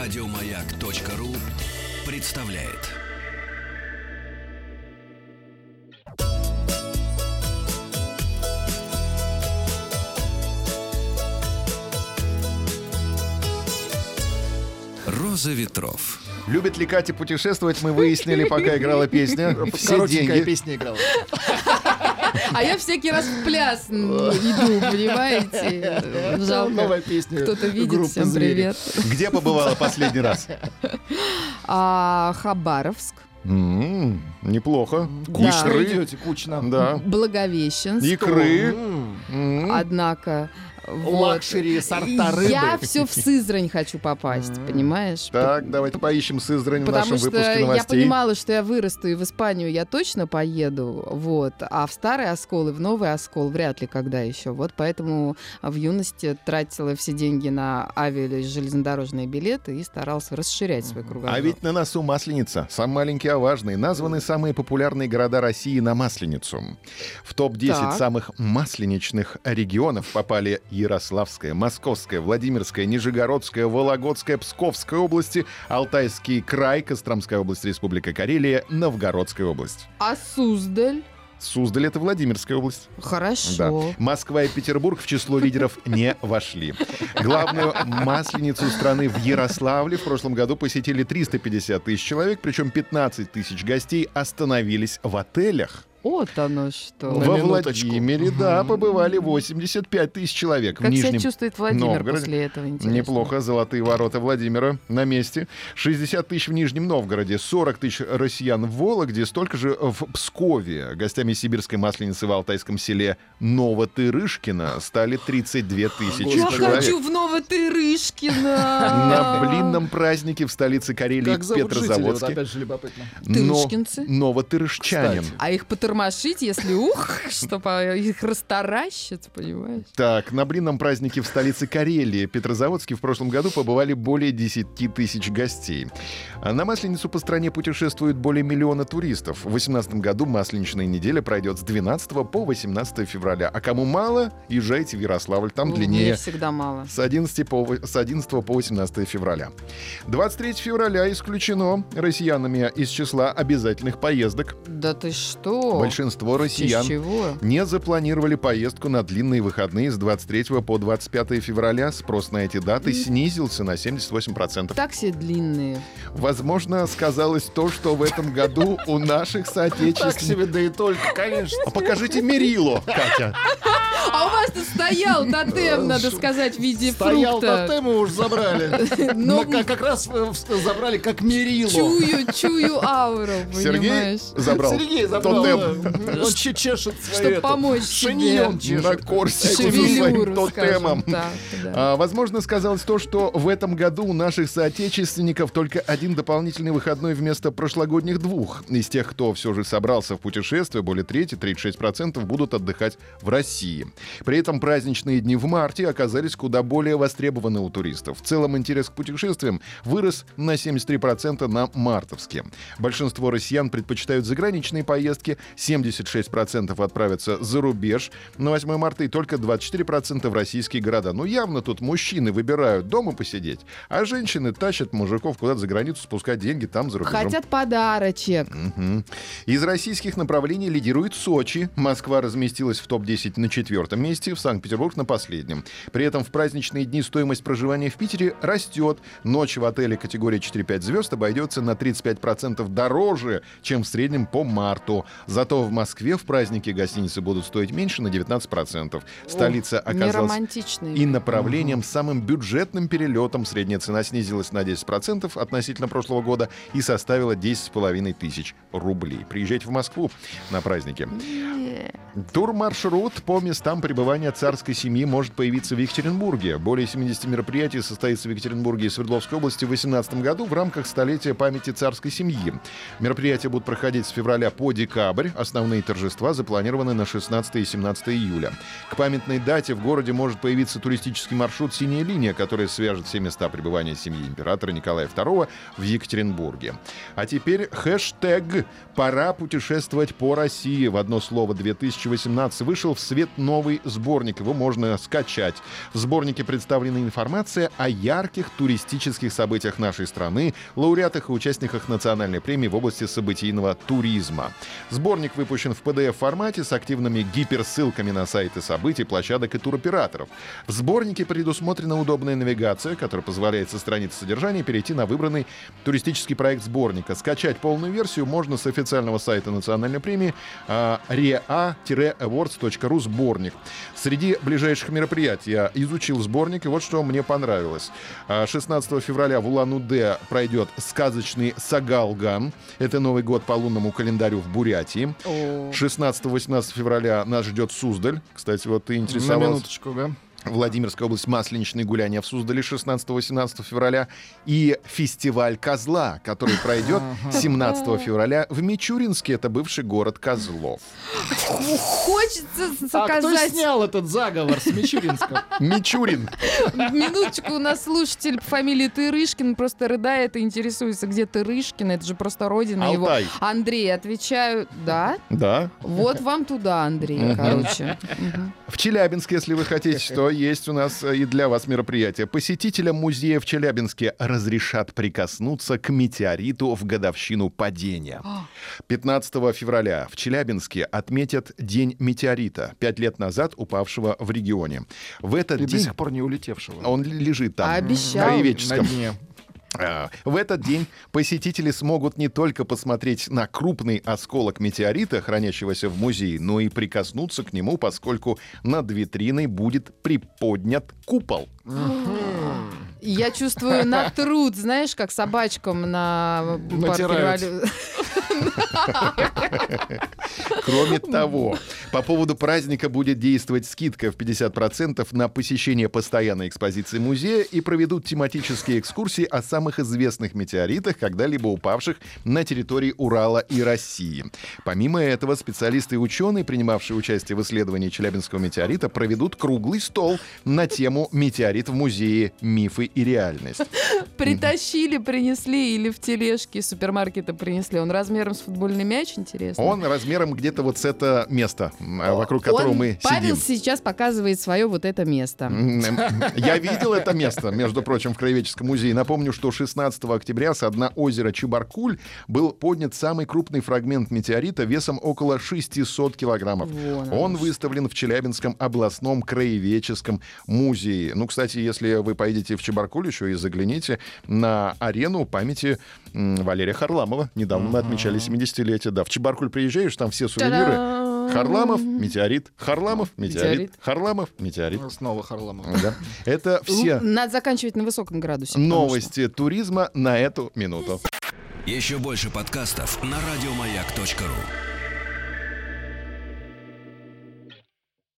Радиомаяк.ру представляет. Роза ветров. Любит ли Катя путешествовать, мы выяснили, пока играла песня. Все Коротенькая деньги. песня играла. А я всякий раз в пляс м, иду, понимаете? Новая Жалко. песня. Кто-то видит, группы всем «Звери». привет. Где побывала последний раз? А, Хабаровск, М, Неплохо. Да. Кучно Икры. идете, кучно. Да. Благовещенск, Икры. М, М, однако. вот. Лакшери, сорта рыбы. Я все в Сызрань хочу попасть, понимаешь? Так, давайте поищем Сызрань в Потому нашем что выпуске я новостей. понимала, что я вырасту и в Испанию я точно поеду, вот, а в старый оскол и в новый оскол вряд ли когда еще. Вот поэтому в юности тратила все деньги на авиа или железнодорожные билеты и старался расширять свой кругозор. А ведь на носу Масленица. Сам маленький, а важный. Названы самые популярные города России на Масленицу. В топ-10 Так. самых масленичных регионов попали Ярославская, Московская, Владимирская, Нижегородская, Вологодская, Псковская области, Алтайский край, Костромская область, Республика Карелия, Новгородская область. А Суздаль? Суздаль — это Владимирская область. Хорошо. Да. Москва и Петербург в число лидеров не вошли. Главную масленицу страны в Ярославле в прошлом году посетили 350 тысяч человек, причем 15 тысяч гостей остановились в отелях. Вот оно что. На Во минуточку. Владимире, да, побывали 85 тысяч человек. Как в себя Нижнем чувствует Владимир Новгороде. после этого? Интересно. Неплохо. Золотые ворота Владимира на месте. 60 тысяч в Нижнем Новгороде, 40 тысяч россиян в Вологде, столько же в Пскове. Гостями сибирской масленицы в алтайском селе Новотырышкино стали 32 тысячи Я человек. хочу в Новотырышкино. На блинном празднике в столице Карелии Как зовут жителей? Вот Петрозаводске. опять же любопытно. но- Тырышкинцы? Новотырышчанин. Кстати. А их потормошить, если ух, что по- их растаращит, понимаешь? Так, на блинном празднике в столице Карелии Петрозаводске в прошлом году побывали более 10 тысяч гостей. А На Масленицу по стране путешествует более миллиона туристов. В 2018 году Масленичная неделя пройдет с 12 по 18 февраля. А кому мало, езжайте в Ярославль, там Ну, Мне длиннее. всегда мало. С 11, по, во- с 11 по 18 февраля. 23 февраля исключено россиянами из числа обязательных поездок. Да ты что? Большинство Ты россиян чего? не запланировали поездку на длинные выходные с 23 по 25 февраля. Спрос на эти даты снизился на 78%. Такси длинные. Возможно, сказалось то, что в этом году у наших Так соотечественников... себе, да и только, конечно. А покажите мерило, Катя. А у вас-то стоял Э, тотем, надо сказать, в виде Стоял фрукта. тотем, и уж забрали. Но Но- как как раз э, в- забрали как мерило. Ну, Чую, чую ауру, Сергей понимаешь? забрал. Сергей забрал. Тотем. да. Он че- чешет свою Чтоб эту, помочь шиньон себе. чешет. На корсику со своим Шевелюру, тотемом. скажем так, да. А, возможно, сказалось то, что в этом году у наших соотечественников только один дополнительный выходной вместо прошлогодних двух. Из тех, кто все же собрался в путешествие, более трети, 36% будут отдыхать в России. При этом праздничные дни в марте оказались куда более востребованы у туристов. В целом интерес к путешествиям вырос на 73% на мартовске. Большинство россиян предпочитают заграничные поездки, 76% отправятся за рубеж на 8 марта и только 24% в российские города. Ну, явно тут мужчины выбирают дома посидеть, а женщины тащат мужиков куда-то за границу спускать деньги там за рубежом. Хотят подарочек. Мгм. Из российских направлений лидирует Сочи. Москва разместилась в топ-10 на четвертом месте, в Санкт-Петербург на последнем. При этом в праздничные дни стоимость проживания в Питере растет. Ночь в отеле категории 4-5 звезд обойдется на 35% дороже, чем в среднем по марту. Зато в Москве в праздники гостиницы будут стоить меньше на 19%. Столица оказалась Неромантичные. и направлением с самым бюджетным перелетом. Средняя цена снизилась на 10% относительно прошлого года и составила 10,5 тысяч рублей. Приезжайте в Москву на праздники. Тур-маршрут по местам пребывания царской семьи может появиться в Екатеринбурге. Более 70 мероприятий состоится в Екатеринбурге и Свердловской области в 2018 году в рамках столетия памяти царской семьи. Мероприятия будут проходить с февраля по декабрь. Основные торжества запланированы на 16 и 17 июля. К памятной дате в городе может появиться туристический маршрут «Синяя линия», который свяжет все места пребывания семьи императора Николая II в Екатеринбурге. А теперь хэштег «Пора путешествовать по России» в одно слово 2018 вышел в свет новый новый сборник. Его можно скачать. В сборнике представлена информация о ярких туристических событиях нашей страны, лауреатах и участниках национальной премии в области событийного туризма. Сборник выпущен в PDF-формате с активными гиперссылками на сайты событий, площадок и туроператоров. В сборнике предусмотрена удобная навигация, которая позволяет со страницы содержания перейти на выбранный туристический проект сборника. Скачать полную версию можно с официального сайта национальной премии а, rea-awards.ru сборник. Среди ближайших мероприятий я изучил сборник, и вот что мне понравилось. А, 16 февраля в Улан-Удэ пройдет сказочный Сагалган. Это Новый год по лунному календарю в Бурятии. О, 16-18 февраля нас ждет Суздаль. Кстати, вот ты На интересовался. минуточку, да? Владимирская область масленичные гуляния в Суздале 16-18 февраля и фестиваль Козла, который пройдет 17 февраля в Мичуринске, это бывший город Козлов. Хочется А кто заказать. снял этот заговор с Мичуринска? Мичурин. Минуточку, у нас слушатель по фамилии Тырышкин просто рыдает и интересуется, где Тырышкин, это же просто родина Алтай. его. Андрей, отвечаю, да, Да. вот вам туда, Андрей, короче. Мгм. В Челябинске, если вы хотите, то есть у нас э, и для вас мероприятие. Посетителям музея в Челябинске разрешат прикоснуться к метеориту в годовщину падения. 15 февраля в Челябинске отметят День метеорита, пять лет назад упавшего в регионе. В этот И до день сих пор не улетевшего. он л- лежит там. А обещал. Краеведческом. На дне. А, В этот день посетители смогут не только посмотреть на крупный осколок метеорита, хранящегося в музее, но и прикоснуться к нему, поскольку над витриной будет приподнят купол. Я чувствую на труд, знаешь, как собачкам на Натирают. парк- Кроме того, по поводу праздника будет действовать скидка в 50% на посещение постоянной экспозиции музея и проведут тематические экскурсии о самых известных метеоритах, когда-либо упавших на территории Урала и России. Помимо этого, специалисты и ученые, принимавшие участие в исследовании Челябинского метеорита, проведут круглый стол на тему «Метеорит в музее. Мифы и реальность». Притащили, принесли или в тележке из супермаркета принесли. Он размером с футбольный мяч, интересно. Он размером где-то вот с это место, м, а, вокруг которого Он- мы Павел сидим. сейчас показывает свое вот это место. М, Я видел это место, между прочим, в Краеведческом музее. Напомню, что 16 октября со дна озера Чебаркуль был поднят самый крупный фрагмент метеорита весом около 600 килограммов. Вон оно Он выставлен в Челябинском областном краеведческом музее. Ну, кстати, если вы поедете в Чебаркуль еще и загляните на арену памяти м, Валерия Харламова. Недавно мы отмечали 70-летие. Да, в Чебаркуль приезжаешь, там все сувениры. Та-дам! Харламов, метеорит, Харламов, метеорит, Метеорит. Харламов, метеорит. Снова Харламов. Да. Это Л- все Надо заканчивать на высоком градусе. потому новости туризма на эту минуту. Еще больше подкастов на радиомаяк.ру.